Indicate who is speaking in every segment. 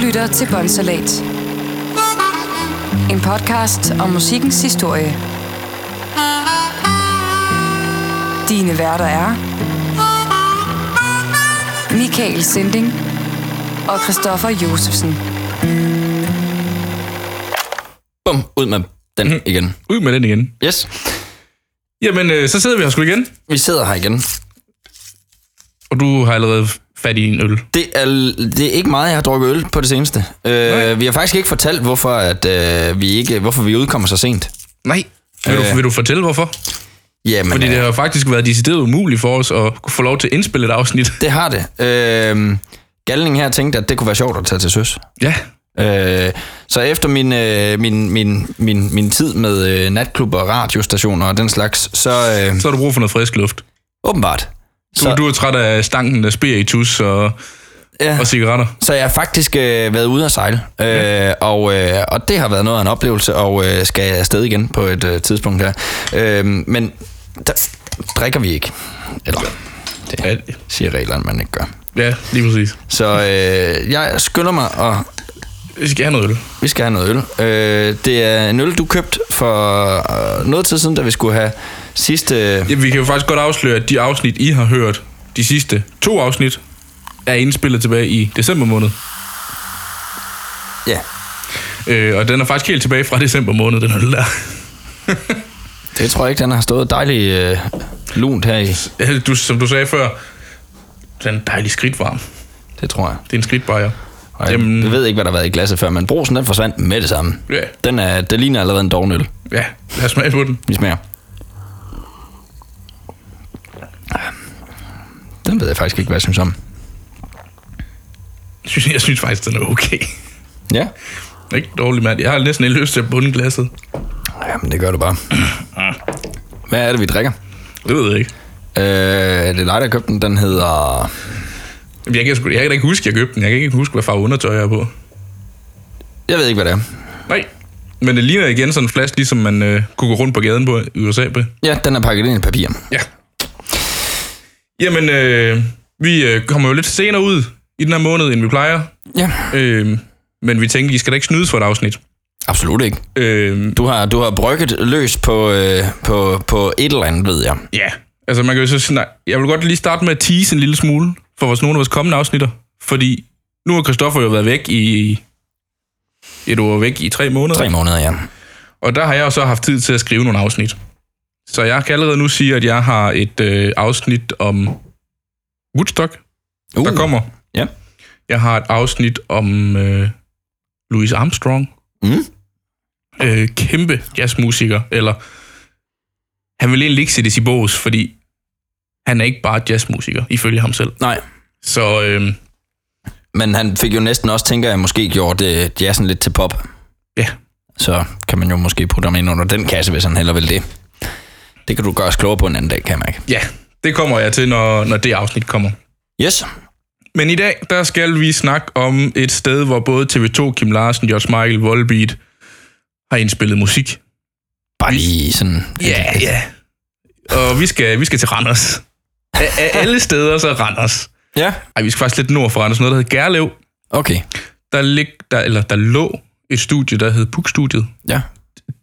Speaker 1: lytter til Bonsalat. En podcast om musikkens historie. Dine værter er... Michael Sinding og Christoffer Josefsen.
Speaker 2: Bum, ud med
Speaker 3: Mm.
Speaker 2: den igen.
Speaker 3: Ud med den igen.
Speaker 2: Yes,
Speaker 3: Jamen, øh, så sidder vi her sgu igen,
Speaker 2: vi sidder her igen.
Speaker 3: og du har allerede fat i en øl.
Speaker 2: Det er, det er ikke meget, jeg har drukket øl på det seneste.
Speaker 3: Nej.
Speaker 2: Øh, vi har faktisk ikke fortalt, hvorfor, at, øh, vi ikke, hvorfor vi udkommer så sent.
Speaker 3: Nej. Vil, du, vil du fortælle, hvorfor?
Speaker 2: Jamen,
Speaker 3: Fordi
Speaker 2: øh,
Speaker 3: det har faktisk været decideret umuligt for os at kunne få lov til at indspille et afsnit.
Speaker 2: det har det. Øh, Galning her tænkte, at det kunne være sjovt at tage til søs.
Speaker 3: Ja.
Speaker 2: Øh, så efter min, øh, min, min, min, min tid med øh, natklubber, radiostationer og den slags, så øh,
Speaker 3: Så har du brug for noget frisk luft.
Speaker 2: åbenbart.
Speaker 3: Du,
Speaker 2: Så-
Speaker 3: du er træt af stanken af spiritus og,
Speaker 2: Ja.
Speaker 3: og cigaretter.
Speaker 2: Så jeg har faktisk øh, været ude at sejle, øh, og, øh, og det har været noget af en oplevelse, og øh, skal afsted igen på et øh, tidspunkt her. Øh, men der drikker vi ikke. Eller,
Speaker 3: Ja,
Speaker 2: det siger reglerne, man ikke gør.
Speaker 3: ja lige præcis.
Speaker 2: Så øh, jeg skynder mig, og
Speaker 3: Vi skal have noget øl.
Speaker 2: vi skal have noget øl. Øh, det er en øl, du købte for øh, noget tid siden, da vi skulle have sidste... Øh,
Speaker 3: Ja, vi kan jo faktisk godt afsløre, at de afsnit, I har hørt, de sidste to afsnit, er indspillet tilbage i december måned.
Speaker 2: ja,
Speaker 3: Øh, og den er faktisk helt tilbage fra december måned, den øl der.
Speaker 2: det tror jeg ikke, den har stået dejligt øh, lunt her i.
Speaker 3: Ja, Du, som du sagde før, den er dejlig skridtvarm.
Speaker 2: Det tror jeg.
Speaker 3: Det er en skridtbajer.
Speaker 2: Og jeg
Speaker 3: Jamen-
Speaker 2: ved ikke, hvad der har været i glasset før, men brosen den forsvandt med det samme.
Speaker 3: Ja.
Speaker 2: Den, er, den ligner allerede en dognøl.
Speaker 3: Ja, lad os smage på den.
Speaker 2: Vi smager. Den ved jeg faktisk ikke, hvad jeg synes om.
Speaker 3: Jeg synes, jeg synes faktisk, den er okay.
Speaker 2: Ja.
Speaker 3: Ikke dårlig mand. Jeg har næsten helt lyst til at bunde glasset.
Speaker 2: Jamen, det gør du bare. Hvad er det, vi drikker?
Speaker 3: Det ved jeg ikke.
Speaker 2: Øh, det er dig, der købte den. Den hedder...
Speaker 3: Jamen, Jeg kan, sgu- jeg kan da ikke huske, at jeg købte den. Jeg kan ikke huske, hvad farve undertøj jeg er på.
Speaker 2: Jeg ved ikke, hvad det er.
Speaker 3: Nej. Men det ligner igen sådan en flaske, ligesom man øh, kunne gå rundt på gaden på i USA. På.
Speaker 2: Ja, den er pakket ind i papir.
Speaker 3: Ja. Jamen, øh, vi øh, kommer jo lidt senere ud i den her måned, end vi plejer.
Speaker 2: Ja.
Speaker 3: Øh, men vi tænkte, I skal da ikke snydes for et afsnit.
Speaker 2: Absolut ikke.
Speaker 3: Øh,
Speaker 2: Du har, du har brygget løs på, øh, på, på et eller andet, ved jeg.
Speaker 3: ja, altså man kan jo så sige, nej, jeg vil godt lige starte med at tease en lille smule for vores, nogle af vores kommende afsnitter. Fordi nu har Christoffer jo været væk i... Et år væk i tre måneder.
Speaker 2: Tre måneder, ja.
Speaker 3: Og der har jeg jo så haft tid til at skrive nogle afsnit. Så jeg kan allerede nu sige, at jeg har et øh, afsnit om Woodstock, uh. der kommer.
Speaker 2: Ja.
Speaker 3: Jeg har et afsnit om øh, Louis Armstrong.
Speaker 2: Mm.
Speaker 3: Øh, kæmpe jazzmusiker, eller han vil egentlig ikke sættes i bås, fordi han er ikke bare jazzmusiker, ifølge ham selv.
Speaker 2: Nej,
Speaker 3: Så øh,
Speaker 2: Men han fik jo næsten også, tænker jeg, måske gjort øh, jazzen lidt til pop.
Speaker 3: ja,
Speaker 2: Så kan man jo måske putte ham ind under den kasse, hvis han heller vil det. Det kan du gøre os klogere på en anden dag, kan jeg mærke.
Speaker 3: ja, det kommer jeg til, når, når det afsnit kommer.
Speaker 2: Yes.
Speaker 3: Men i dag, der skal vi snakke om et sted, hvor både TV2, Kim Larsen, George Michael, Volbeat har indspillet musik.
Speaker 2: Bare lige sådan...
Speaker 3: ja. Og vi skal, vi skal til Randers. Af, af alle steder, så Randers.
Speaker 2: Ja.
Speaker 3: Ej, vi skal faktisk lidt nord for Randers, noget, der hedder Gerlev.
Speaker 2: Okay.
Speaker 3: Der, lig, der, eller, der lå et studie, der hed Puk-studiet.
Speaker 2: Ja.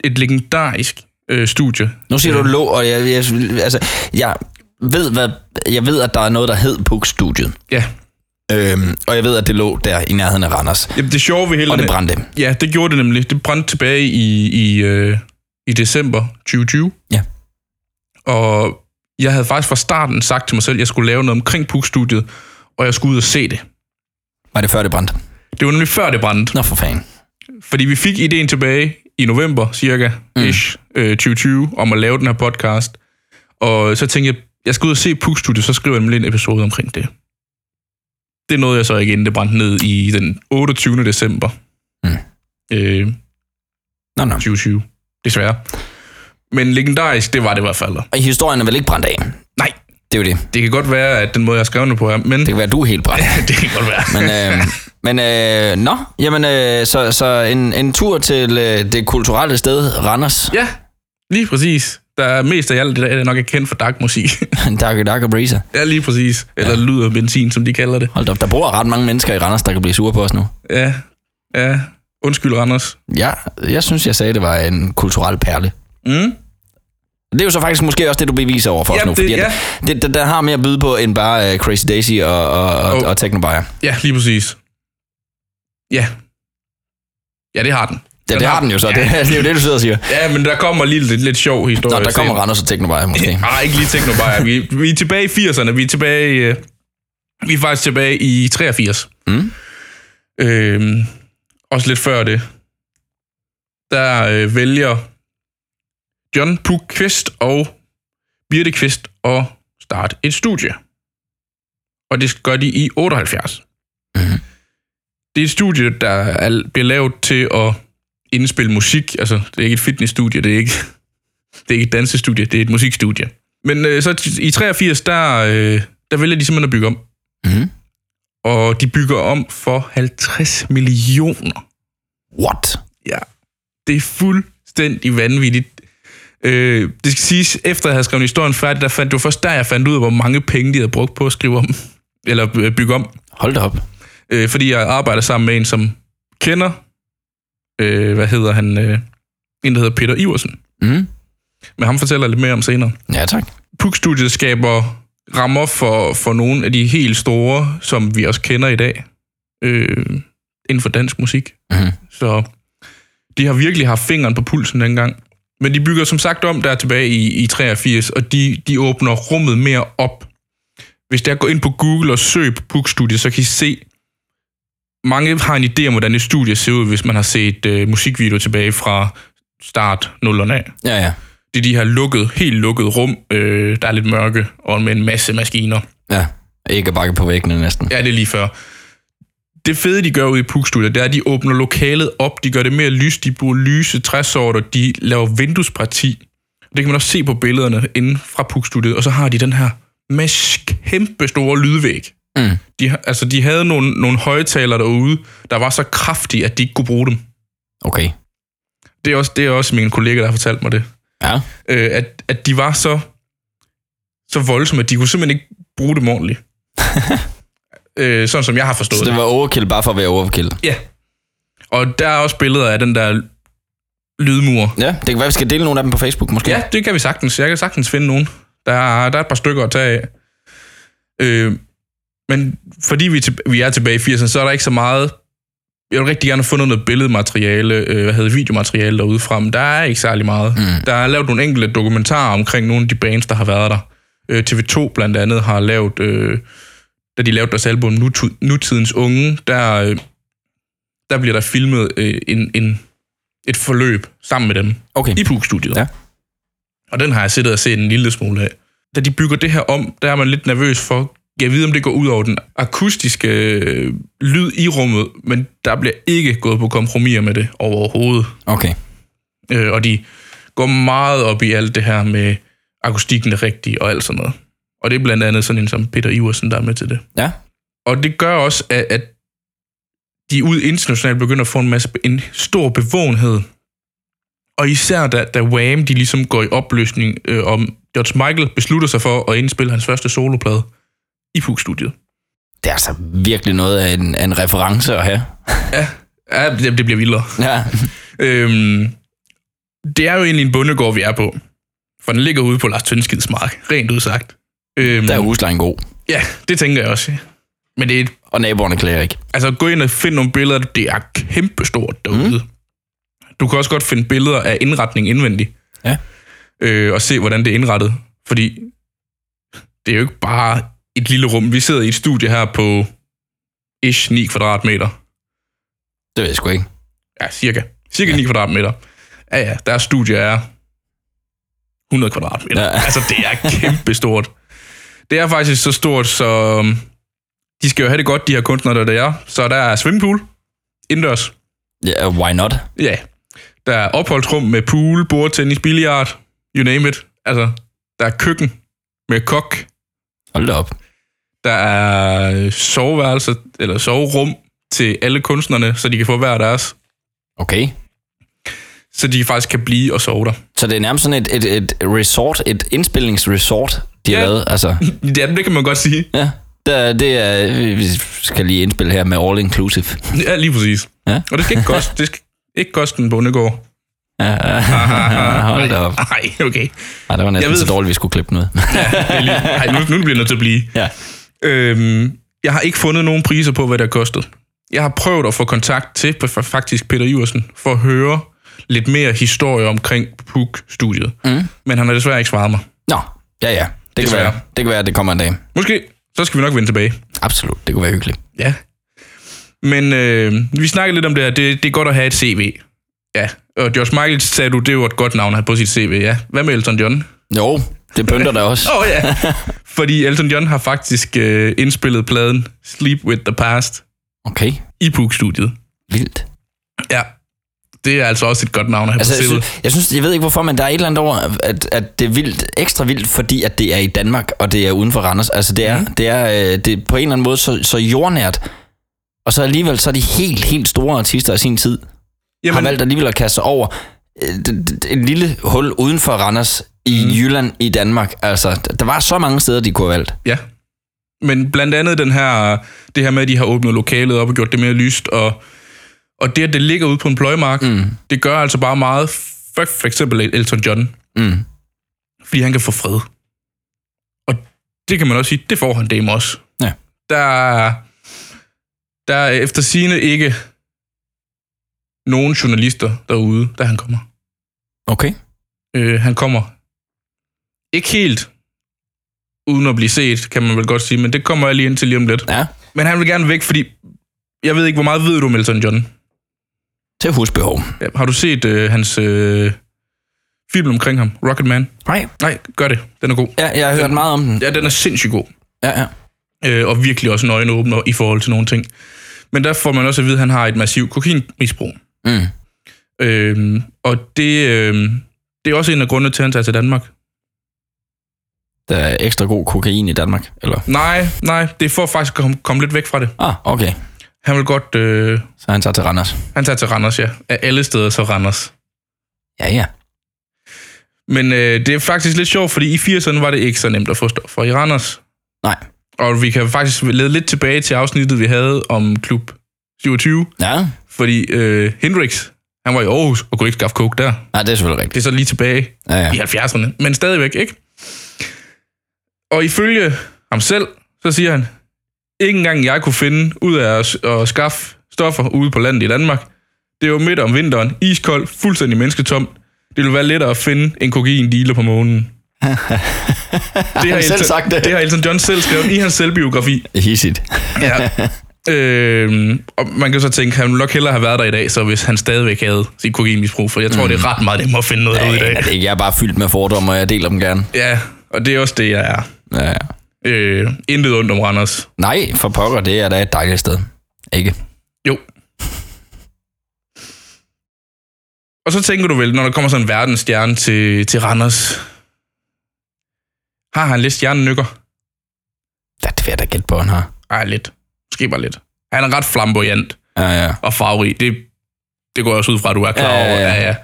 Speaker 3: Et legendarisk øh, studie.
Speaker 2: Nu siger du lå, og jeg, jeg, altså, jeg ved, hvad, jeg ved, at der er noget, der hed Puk-studiet.
Speaker 3: Ja.
Speaker 2: Øhm, og jeg ved, at det lå der i nærheden af Randers.
Speaker 3: Jamen, det sjove ved hele...
Speaker 2: Og det brændte.
Speaker 3: Ja, det gjorde det nemlig. Det brændte tilbage i, i, øh, i december 2020.
Speaker 2: Ja.
Speaker 3: Og jeg havde faktisk fra starten sagt til mig selv, at jeg skulle lave noget omkring Puk-studiet, og jeg skulle ud og se det.
Speaker 2: Var det før, det brændte?
Speaker 3: Det var nemlig før det brændte,
Speaker 2: Nå, for fanden.
Speaker 3: fordi vi fik ideen tilbage i november cirka, mm. ish, øh, 2020, om at lave den her podcast. Og så tænkte jeg, jeg skal ud og se Puk-studiet, så skriver jeg nemlig en episode omkring det. Det nåede jeg så ikke, inden det brændte ned i den 28. december.
Speaker 2: Mm.
Speaker 3: Øh,
Speaker 2: Nå, nå.
Speaker 3: 2020. Desværre. Men legendarisk, det var det i hvert fald.
Speaker 2: Og historien er vel ikke brændt af?
Speaker 3: Nej,
Speaker 2: Det er jo det.
Speaker 3: det kan godt være, at den måde, jeg skrev det på her, men
Speaker 2: Det kan være, at du er helt brændt.
Speaker 3: det kan godt være.
Speaker 2: Men, øh, men øh, nå, jamen, øh, så, så en, en tur til øh, det kulturelle sted, Randers.
Speaker 3: Ja, lige præcis. Der er mest af alt, det der er nok er kendt for dark musik.
Speaker 2: Dakke Dakke Breezer.
Speaker 3: ja, lige præcis. Eller lyd og benzin, som de kalder det.
Speaker 2: Hold da op, der bor ret mange mennesker i Randers, der kan blive sure på os nu.
Speaker 3: Ja, Ja, undskyld, Randers.
Speaker 2: Ja, jeg synes, jeg sagde, det var en kulturel perle.
Speaker 3: Mm.
Speaker 2: Det er jo så faktisk måske også det, du beviser over for os
Speaker 3: Ja,
Speaker 2: nu,
Speaker 3: det-
Speaker 2: fordi
Speaker 3: ja.
Speaker 2: at det, det, der har mere at byde på end bare uh, Crazy Daisy og, og, og,
Speaker 3: Og-
Speaker 2: og Technobuyer.
Speaker 3: Ja, lige præcis. Ja. Ja, det har den.
Speaker 2: Ja, det har den jo så. Det, det er jo det, du sidder og siger.
Speaker 3: Ja, men der kommer lige lidt, lidt sjov historie.
Speaker 2: Nå, der kommer Randers og Technobuyer måske.
Speaker 3: Nej, ikke lige Technobuyer. Vi, vi er tilbage i 80'erne. Vi er tilbage... Øh, vi er faktisk tilbage i 83.
Speaker 2: Mm.
Speaker 3: Øhm, også lidt før det. Der øh, vælger John Puk Kvist og Birte Kvist at starte et studie. Og det gør de i 78.
Speaker 2: Mhm.
Speaker 3: Det er et studie, der er, bliver lavet til at indspille musik. Altså, det er ikke et fitnessstudie, det er ikke det er ikke et dansestudie, det er et musikstudie. Men øh, så t- i 83, der, øh, der vælger de simpelthen at bygge om.
Speaker 2: Mhm.
Speaker 3: Og de bygger om for 50 millioner.
Speaker 2: What?
Speaker 3: Ja. Det er fuldstændig vanvittigt. Øh, det skal siges, efter jeg havde skrevet historien færdig, der fandt, det var først der, jeg fandt ud af, hvor mange penge, de havde brugt på at skrive om, eller øh, bygge om.
Speaker 2: Hold da op.
Speaker 3: Øh, fordi jeg arbejder sammen med en, som kender, øh, hvad hedder han, øh, en, der hedder Peter Iversen.
Speaker 2: Mm.
Speaker 3: Men ham fortæller jeg lidt mere om senere.
Speaker 2: Ja, tak.
Speaker 3: Puk-studiet skaber rammer for, for nogle af de helt store, som vi også kender i dag, øh, inden for dansk musik.
Speaker 2: Mhm.
Speaker 3: Så de har virkelig haft fingeren på pulsen dengang. Men de bygger som sagt om der tilbage i, i 83, og de, de åbner rummet mere op. Hvis der går ind på Google og søg på Puk-studiet, så kan I se, mange har en idé om, hvordan et studie ser ud, hvis man har set øh, musikvideoer tilbage fra start 0'erne af
Speaker 2: Ja, ja.
Speaker 3: det er de her lukkede, helt lukkede rum, øh, der er lidt mørke, og med en masse maskiner.
Speaker 2: Ja. Ikke at bakke på væggene næsten.
Speaker 3: Ja, det er lige før. Det fede, de gør ude i Pugstudier, det er, at de åbner lokalet op, de gør det mere lys, de bruger lyse træsorter, de laver vinduesparti. Det kan man også se på billederne inde fra Pugstudiet, og så har de den her masse kæmpe store lydvæg.
Speaker 2: Mm.
Speaker 3: De, har- altså, de havde nogle, nogle højtalere derude, der var så kraftige, at de ikke kunne bruge dem.
Speaker 2: Okay.
Speaker 3: Det er også, det er også mine kollegaer, der har fortalt mig det.
Speaker 2: Ja.
Speaker 3: øh, at, at de var så, så voldsomme, at de kunne simpelthen ikke bruge dem ordentligt. øh, sådan som jeg har forstået
Speaker 2: Så det var overkill bare for at være overkill.
Speaker 3: Ja. Og der er også billeder af den der lydmur.
Speaker 2: Ja, det kan være, vi skal dele nogle af dem på Facebook måske.
Speaker 3: Ja, det kan vi sagtens. Jeg kan sagtens finde nogen. Der er, der er et par stykker at tage af. Øh, men fordi vi, er til, vi er tilbage i 80'erne, så er der ikke så meget... Jeg vil rigtig gerne have fundet noget billedmateriale, øh, hvad hedder det, videomateriale derude fra, men der er ikke særlig meget. Mm. Der er lavet nogle enkelte dokumentarer omkring nogle af de bands, der har været der. Øh, TV2 blandt andet har lavet, øh, da de lavede deres album Nutu- Nutidens Unge, der, øh, der bliver der filmet øh, en, en, et forløb sammen med dem
Speaker 2: Okay.
Speaker 3: i Puk-studiet.
Speaker 2: Ja.
Speaker 3: Og den har jeg siddet og set en lille smule af. Da de bygger det her om, der er man lidt nervøs for, jeg ved, om det går ud over den akustiske øh, lyd i rummet, men der bliver ikke gået på kompromis med det overhovedet.
Speaker 2: Okay.
Speaker 3: Øh, og de går meget op i alt det her med akustikken er rigtig og alt sådan noget. Og det er blandt andet sådan en som Peter Iversen, der er med til det.
Speaker 2: Ja.
Speaker 3: Og det gør også, at, at de ud internationalt begynder at få en, masse, en stor bevågenhed. Og især da, da Wham, de ligesom går i opløsning øh, om George Michael beslutter sig for at indspille hans første soloplade i Puk-studiet.
Speaker 2: Det er altså virkelig noget af en, af en reference at have.
Speaker 3: Ja, det, det bliver vildere.
Speaker 2: Ja.
Speaker 3: Øhm, det er jo egentlig en bondegård, vi er på. For den ligger ude på Lars Tønskids mark, rent udsagt. Øhm,
Speaker 2: Der er huslejen god.
Speaker 3: Ja, det tænker jeg også. Men det er et
Speaker 2: Og naboerne klager ikke.
Speaker 3: Altså, gå ind og find nogle billeder. Det er kæmpestort derude. Mm. Du kan også godt finde billeder af indretning indvendigt.
Speaker 2: Ja.
Speaker 3: Øh, og se, hvordan det er indrettet. Fordi det er jo ikke bare et lille rum. Vi sidder i et studie her på ish 9 kvadratmeter.
Speaker 2: Det ved jeg sgu ikke.
Speaker 3: Ja, cirka. Cirka ja. 9 kvadratmeter. Ja, ja, deres studie er 100 kvadratmeter.
Speaker 2: Ja.
Speaker 3: Ja. Altså, det er kæmpestort. Det er faktisk så stort, så um, de skal jo have det godt, de her kunstnere, der det er. Så der er swimmingpool, indendørs.
Speaker 2: Ja, why not?
Speaker 3: Ja. Der er opholdsrum med pool, bordtennis, billiard, you name it. Altså, der er køkken med kok.
Speaker 2: Hold da op.
Speaker 3: Der er øh, soveværelser, eller soverum til alle kunstnerne, så de kan få hver deres.
Speaker 2: Okay.
Speaker 3: Så de faktisk kan blive og sove der.
Speaker 2: Så det er nærmest sådan et, et, et resort, et indspilningsresort, de har
Speaker 3: Ja.
Speaker 2: lavet. Altså,
Speaker 3: Ja, det kan man godt sige.
Speaker 2: ja. Der, det er, vi skal lige indspille her med all inclusive.
Speaker 3: Ja, lige præcis.
Speaker 2: Ja.
Speaker 3: Og det skal ikke koste, det skal ikke koste en bondegård.
Speaker 2: Hold da op.
Speaker 3: Nej, okay.
Speaker 2: Ej, det var næsten
Speaker 3: Jeg ved-
Speaker 2: så dårligt, vi skulle klippe den ud.
Speaker 3: Det er lige, ej, nu, nu bliver jeg nødt til at blive.
Speaker 2: ja.
Speaker 3: Øhm, jeg har ikke fundet nogen priser på, hvad det har kostet. Jeg har prøvet at få kontakt til f- faktisk Peter Iversen for at høre lidt mere historie omkring Puk-studiet. Mm. Men han har desværre ikke svaret mig.
Speaker 2: Nå, ja ja. Det kan,
Speaker 3: Desværre.
Speaker 2: være, det kan være, at det kommer en dag.
Speaker 3: Måske, så skal vi nok vende tilbage.
Speaker 2: Absolut, det kunne være hyggeligt.
Speaker 3: Ja. Men øh, vi snakkede lidt om det her. Det, det er godt at have et CV. Ja. Og Josh Michaels sagde du, det var et godt navn at have på sit CV, ja. Hvad med Elton John?
Speaker 2: Jo, det pynter der også.
Speaker 3: Åh oh, ja. Fordi Elton John har faktisk øh, indspillet pladen Sleep With The Past
Speaker 2: Okay,
Speaker 3: i Puk-studiet.
Speaker 2: vildt.
Speaker 3: Ja. Det er altså også et godt navn at have
Speaker 2: Altså,
Speaker 3: altså, på
Speaker 2: jeg,
Speaker 3: CV'et.
Speaker 2: synes, jeg, synes, jeg ved ikke hvorfor, men der er et eller andet over, at, at det er vildt, ekstra vildt, fordi at det er i Danmark, og det er uden for Randers. Altså, det er, mm. det er, øh, det er på en eller anden måde så, så jordnært, og så alligevel så er de helt, helt store artister af sin tid, Jamen. har valgt alligevel at kaste sig over øh, d- d- et lille hul uden for Randers i mm. Jylland i Danmark. Altså, d- der var så mange steder, de kunne have valgt.
Speaker 3: Ja. Men blandt andet den her, det her med, at de har åbnet lokalet op og gjort det mere lyst, og, og det, at det ligger ude på en pløjemark, mm. det gør altså bare meget for, for eksempel Elton John.
Speaker 2: Mm.
Speaker 3: Fordi han kan få fred. Og det kan man også sige, det får han dem også.
Speaker 2: Ja.
Speaker 3: Der, er- der er efter sine ikke nogen journalister derude, da han kommer.
Speaker 2: Okay.
Speaker 3: Øh, han kommer ikke helt uden at blive set, kan man vel godt sige, men det kommer jeg lige ind til lige om lidt.
Speaker 2: Ja,
Speaker 3: Men han vil gerne væk, fordi jeg ved ikke, hvor meget ved du om Elton John?
Speaker 2: til husbehov.
Speaker 3: Ja, Har du set øh, hans øh, film omkring ham, Rocket Man?
Speaker 2: Nej.
Speaker 3: Nej, gør det. Den er god.
Speaker 2: Ja, jeg har hørt meget om den.
Speaker 3: Ja, den er sindssygt god.
Speaker 2: Ja, ja.
Speaker 3: Øh, og virkelig også en øjenåbner i forhold til nogle ting. Men der får man også at vide, at han har et massivt kokainmisbrug.
Speaker 2: Mm.
Speaker 3: Øh, og det, øh, det er også en af grundene til, at han tager til Danmark.
Speaker 2: Der er ekstra god kokain i Danmark, eller?
Speaker 3: Nej, nej, det er for faktisk at komme, komme lidt væk fra det.
Speaker 2: Ah, okay.
Speaker 3: Han vil godt... Øh,
Speaker 2: Så han tager til Randers.
Speaker 3: han tager til Randers, ja. Af alle steder så Randers.
Speaker 2: Ja, ja.
Speaker 3: Men øh, det er faktisk lidt sjovt, fordi i 80'erne var det ikke så nemt at få stof for i Randers.
Speaker 2: Nej.
Speaker 3: Og vi kan faktisk lede lidt tilbage til afsnittet, vi havde om klub 27.
Speaker 2: Ja,
Speaker 3: Fordi øh, Hendrix, han var i Aarhus og kunne ikke skaffe coke der.
Speaker 2: Nej, det er selvfølgelig
Speaker 3: Det
Speaker 2: rigtigt.
Speaker 3: er så lige tilbage
Speaker 2: Ja, ja.
Speaker 3: i 70'erne, men stadigvæk, ikke? Og ifølge ham selv, så siger han, ikke engang jeg kunne finde ud af at, at skaffe stoffer ude på landet i Danmark. Det er jo midt om vinteren, iskold, fuldstændig mennesketomt. Det ville være lettere at finde en kokain dealer på månen. det har
Speaker 2: selv sagt det.
Speaker 3: Det har Elton John selv skrevet i hans selvbiografi.
Speaker 2: Hissigt.
Speaker 3: Ja. øhm, og man kan så tænke, han ville nok hellere have været der i dag, så hvis han stadigvæk havde sit kokainmisbrug, for jeg tror, mm. det er ret meget nemmere at finde noget derude i dag.
Speaker 2: Ja, det er ikke. Jeg er bare fyldt med fordomme, og jeg deler dem gerne.
Speaker 3: Ja, og det er også det, jeg er.
Speaker 2: Ja, ja.
Speaker 3: Øh, intet ondt om Randers.
Speaker 2: Nej, for pokker, det er da et dejligt sted. Ikke?
Speaker 3: Jo. Og så tænker du vel, når der kommer sådan en verdensstjerne til, til Randers, har han lidt stjernenykker?
Speaker 2: Ja, det vil jeg da gætte på, han har.
Speaker 3: Ej, lidt. Måske bare lidt. Han er ret flamboyant
Speaker 2: Ja, ja.
Speaker 3: og farverig. Det, det går jeg også ud fra, at du er klar
Speaker 2: Ja, ja,
Speaker 3: over.
Speaker 2: ja.
Speaker 3: Ja, ja.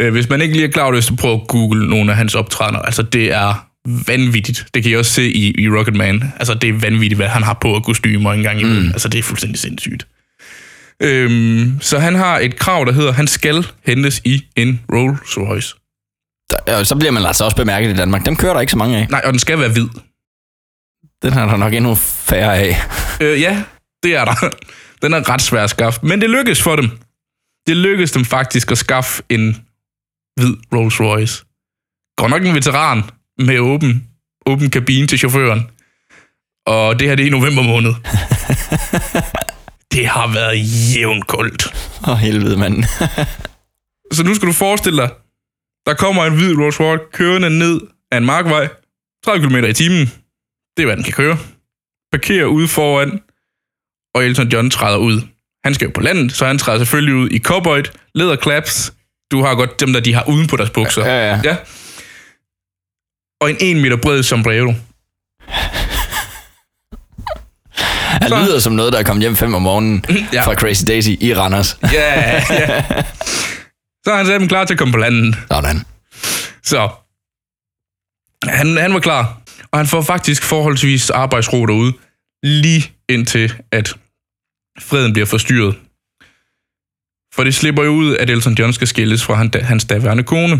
Speaker 3: Øh, Hvis man ikke lige er klar over det, så prøv at google nogle af hans optrædener. Altså, det er vanvittigt. Det kan I også se i, i Rocketman. Altså, det er vanvittigt, hvad han har på af kostymer engang imellem. Mm. Altså, det er fuldstændig sindssygt. Øhm, så han har et krav, der hedder, han skal hentes i en Rolls Royce.
Speaker 2: Der, ja, så bliver man altså også bemærket i Danmark. Dem kører der ikke så mange af.
Speaker 3: Nej, og den skal være hvid.
Speaker 2: Den har der nok endnu færre af.
Speaker 3: Øh, ja, det er der. Den er ret svær at skaffe, men det lykkes for dem. Det lykkes dem faktisk at skaffe en hvid Rolls Royce. Godt nok en veteran med åben, åben kabine til chaufføren. Og det her, det er i november måned. det har været jævnt koldt.
Speaker 2: Åh, oh, helvede, mand.
Speaker 3: Så nu skal du forestille dig, der kommer en hvid Rolls Royce kørende ned af en markvej, 30 km i timen. Det er, hvad den kan køre. Parkerer ude foran, og Elton John træder ud. Han skal jo på landet, så han træder selvfølgelig ud i cowboyt, læderklaps. Du har godt dem, der de har uden på deres bukser.
Speaker 2: Ja, ja.
Speaker 3: ja. Og en 1 meter bred sombrero.
Speaker 2: Han
Speaker 3: Så-
Speaker 2: lyder som noget, der er kommet hjem 5 om morgenen
Speaker 3: Ja.
Speaker 2: fra Crazy Daisy i Randers.
Speaker 3: Ja, ja. Så er han selv klar til at komme på landet.
Speaker 2: Sådan.
Speaker 3: Så han, han var klar, og han får faktisk forholdsvis arbejdsro derude. lige indtil, at freden bliver forstyrret. For det slipper jo ud, at Elton John skal skilles fra han- hans daværende kone.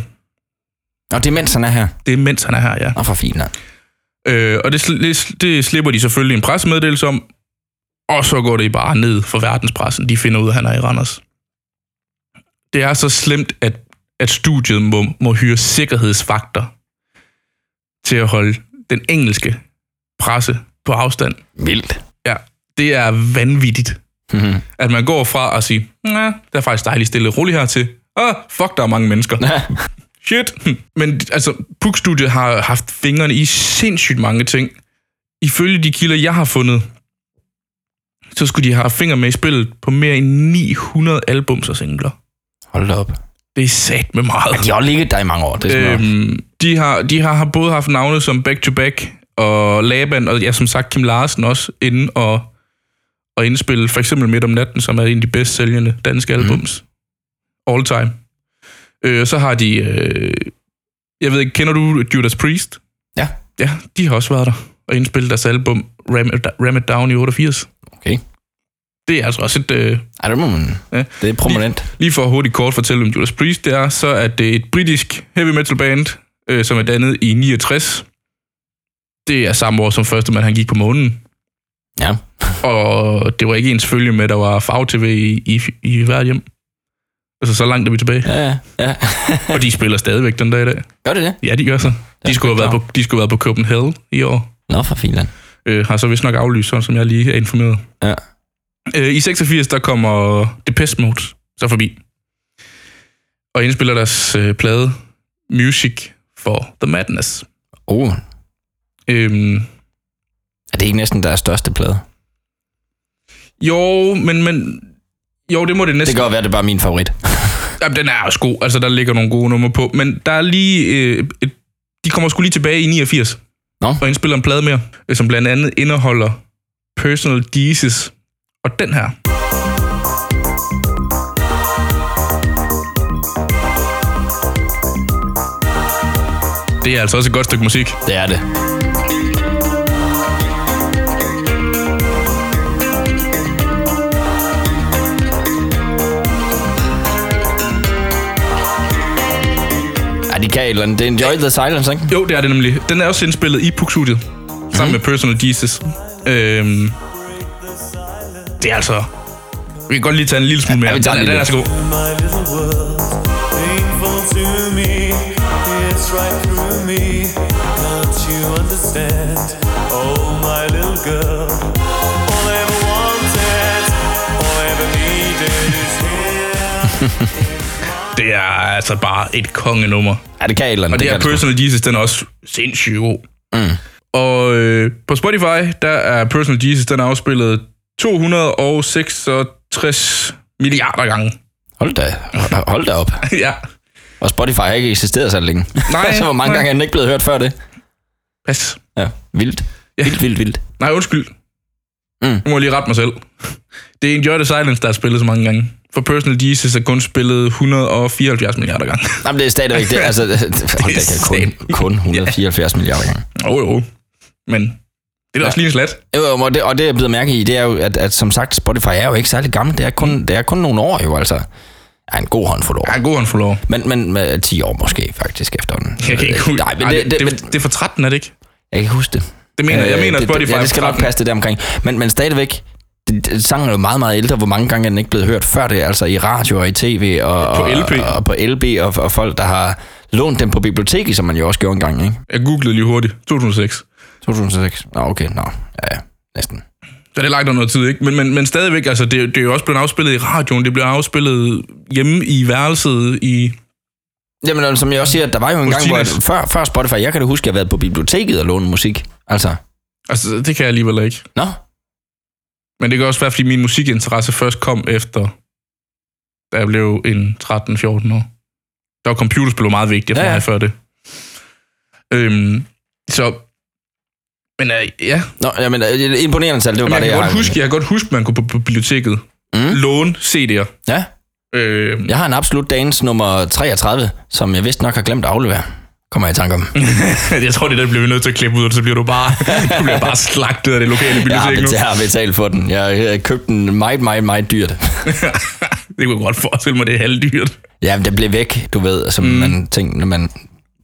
Speaker 2: Og det er mens han er her.
Speaker 3: Det er mens han er her, ja.
Speaker 2: Nå, for fint. nok.
Speaker 3: Øh, og det, sl- det, det slipper de selvfølgelig en pressemeddelelse om, og så går det bare ned for verdenspressen. De finder ud af, at han er i Randers. Det er så slemt, at, at studiet må, må hyre sikkerhedsvagter til at holde den engelske presse på afstand.
Speaker 2: Vildt.
Speaker 3: Ja, det er vanvittigt.
Speaker 2: Mhm.
Speaker 3: At man går fra at sige, ja, der er faktisk dejligt stille og roligt her til, åh, fuck, der er mange mennesker. Shit. Men altså, Puk-studiet har haft fingrene i sindssygt mange ting. Ifølge de kilder, jeg har fundet, så skulle de have haft fingre med i spillet på mere end 900 albums og singler.
Speaker 2: Hold da op.
Speaker 3: Det er sat med meget.
Speaker 2: De har jo ligget der i mange år. Det er sådan noget.
Speaker 3: Øhm, de, har, de har, har både haft navne som Back to Back og Laban, og ja, som sagt Kim Larsen også, inden og, og indspille for eksempel Midt om natten, som er en af de bedst sælgende danske
Speaker 2: Mhm.
Speaker 3: albums. All time. Øh, og så har de... Øh, jeg ved ikke, kender du Judas Priest?
Speaker 2: Ja.
Speaker 3: Ja, de har også været der og indspillet deres album Ram, It- Ram It Down i 88.
Speaker 2: Okay.
Speaker 3: Det er altså også et... Øh,
Speaker 2: Ej, det må man...
Speaker 3: Ja.
Speaker 2: Det er prominent.
Speaker 3: Lige for hurtigt kort fortælle om Judas Priest, det er så, at det er et britisk heavy metal band, øh, som er dannet i 69. Det er samme år som første mand, han gik på månen.
Speaker 2: Ja.
Speaker 3: Og det var ikke ens følge med, at der var farve-tv i, i, i hvert hjem. Altså, så langt er vi tilbage.
Speaker 2: Ja, ja, ja.
Speaker 3: Og de spiller stadigvæk den dag i dag.
Speaker 2: Gør det det?
Speaker 3: Ja, de gør så. De skulle have været på, de skulle have været på Copenhagen i år.
Speaker 2: Nå, for filan.
Speaker 3: Øh, har så vist nok aflyst, sådan som jeg lige er informeret.
Speaker 2: Ja.
Speaker 3: Øh, I 86, der kommer Depeche Mode så forbi. Og indspiller deres øh, plade Music for the Madness.
Speaker 2: Oh,
Speaker 3: Øhm,
Speaker 2: er det ikke næsten deres største plade?
Speaker 3: jo, men, men... Jo, det må det
Speaker 2: Det
Speaker 3: næsten...
Speaker 2: kan godt være, det er bare min favorit.
Speaker 3: Jamen, den er også god. Altså, der ligger nogle gode numre på. Men der er lige... Øh, et, de kommer sgu lige tilbage i 89.
Speaker 2: Nå.
Speaker 3: Og indspiller en plade mere, øh, som blandt andet indeholder Personal Jesus og den her. Det er altså også et godt stykke musik.
Speaker 2: Det er det. Ja, de kan et eller andet. Det er Enjoy the Silence, ikke?
Speaker 3: Jo, det er det nemlig. Den er også indspillet i Pukstudiet, sammen
Speaker 2: Mhm.
Speaker 3: med Personal Jesus. Øhm, det er altså... Vi kan godt lige tage en lille smule mere.
Speaker 2: vi tager
Speaker 3: den, er-
Speaker 2: lige
Speaker 3: den er
Speaker 2: lidt.
Speaker 3: så god.
Speaker 4: My little world, painful to me, it's right through me. Don't you understand? Oh, my little girl. All I ever wanted, all I ever needed is here.
Speaker 3: Det er altså bare et kongenummer.
Speaker 2: Ja, det kan et eller andet.
Speaker 3: Og det her
Speaker 2: kan det sgu.
Speaker 3: Personal Jesus, den er også sindssygt god. Mm. Og øh, på Spotify, der er Personal Jesus, den er afspillet 266 milliarder gange.
Speaker 2: Hold da, hold- hold da op.
Speaker 3: ja.
Speaker 2: Og Spotify har ikke eksisteret så længe.
Speaker 3: Nej,
Speaker 2: så hvor mange
Speaker 3: nej.
Speaker 2: gange er den ikke blevet hørt før det?
Speaker 3: Pas.
Speaker 2: Ja, vildt. Vildt, vildt, vildt.
Speaker 3: Nej, undskyld.
Speaker 2: Mm.
Speaker 3: Mm. Nu må jeg lige rette mig selv. Det er Enjoy the Silence, der er spillet så mange gange. For Personal Jesus er kun spillet 174 milliarder gange.
Speaker 2: Jamen, det er stadigvæk det. Altså, det, hold da, kun, kun 174 milliarder gange.
Speaker 3: jo, jo. Men det er da også lige en slat.
Speaker 2: Jo, og det, og det jeg blevet mærke i, det er jo, at, at som sagt, Spotify er jo ikke særlig gammel. Det er kun, det er kun nogle år jo, altså. Ja, en god håndfuld år.
Speaker 3: Mm. Ja, god hånd for lov.
Speaker 2: Men, men med 10 år måske, faktisk, efterhånden. Øh,
Speaker 3: Jeg kan ikke huske.
Speaker 2: Nej, men
Speaker 3: Ej,
Speaker 2: det, det, men,
Speaker 3: det, det, er for 13, er det ikke?
Speaker 2: jeg kan ikke huske det.
Speaker 3: Det mener, jeg
Speaker 2: Øh,
Speaker 3: mener, at
Speaker 2: det,
Speaker 3: Spotify
Speaker 2: det, ja, det skal
Speaker 3: er
Speaker 2: nok
Speaker 3: 13.
Speaker 2: passe det der omkring. Men, men stadigvæk, det- det- sangen er jo meget, meget ældre. Hvor mange gange er den ikke blevet hørt før det? Altså i radio og i tv og
Speaker 3: På LP.
Speaker 2: Og, og på LB og, og folk, der har lånt dem på biblioteket, som man jo også gjorde engang, ikke?
Speaker 3: Jeg googlede lige hurtigt. 2006.
Speaker 2: 2006. Nå, okay, nå. Ja, ja, næsten.
Speaker 3: Så det er langt om noget tid, ikke? Men, men, men stadigvæk, altså, det, er- det er jo også blevet afspillet i radioen. Det bliver afspillet hjemme i værelset i...
Speaker 2: Jamen, og som jeg også siger, der var jo en
Speaker 3: Hos
Speaker 2: gang, hvor
Speaker 3: teenage.
Speaker 2: før, før Spotify, jeg kan da huske, at jeg har været på biblioteket og låne musik. Altså,
Speaker 3: Altså, det kan jeg alligevel ikke.
Speaker 2: nå,
Speaker 3: Men det kan også være, fordi min musikinteresse først kom efter, da jeg blev en 13-14 år. Der var computerspil jo meget vigtigt for
Speaker 2: Ja,
Speaker 3: ja,
Speaker 2: ja.
Speaker 3: ja. mig før det. Øhm, så... Men øh, ja,
Speaker 2: nå jamen, øh, det er imponerende tal, det var
Speaker 3: men jeg,
Speaker 2: bare det,
Speaker 3: kan
Speaker 2: jeg
Speaker 3: godt
Speaker 2: har-
Speaker 3: huske, jeg kan godt huske, man kunne på på biblioteket
Speaker 2: Mm.
Speaker 3: mm. låne CD'er.
Speaker 2: Ja,
Speaker 3: Øh,
Speaker 2: jeg har en absolut dagens nummer 33, som jeg vist nok har glemt at aflevere. kommer jeg i tanke om.
Speaker 3: jeg tror, det der bliver vi nødt til at klippe ud, og så bliver du bare, du bliver bare slagtet af det lokale
Speaker 2: Jeg har
Speaker 3: bibliotek nu.
Speaker 2: betalt, jeg har betalt for den. Jeg øh, købte den meget, meget, meget dyrt.
Speaker 3: det kunne jeg godt forestille mig, det er halvdyrt.
Speaker 2: Ja, men det blev væk, du ved, som mm. man ting, når man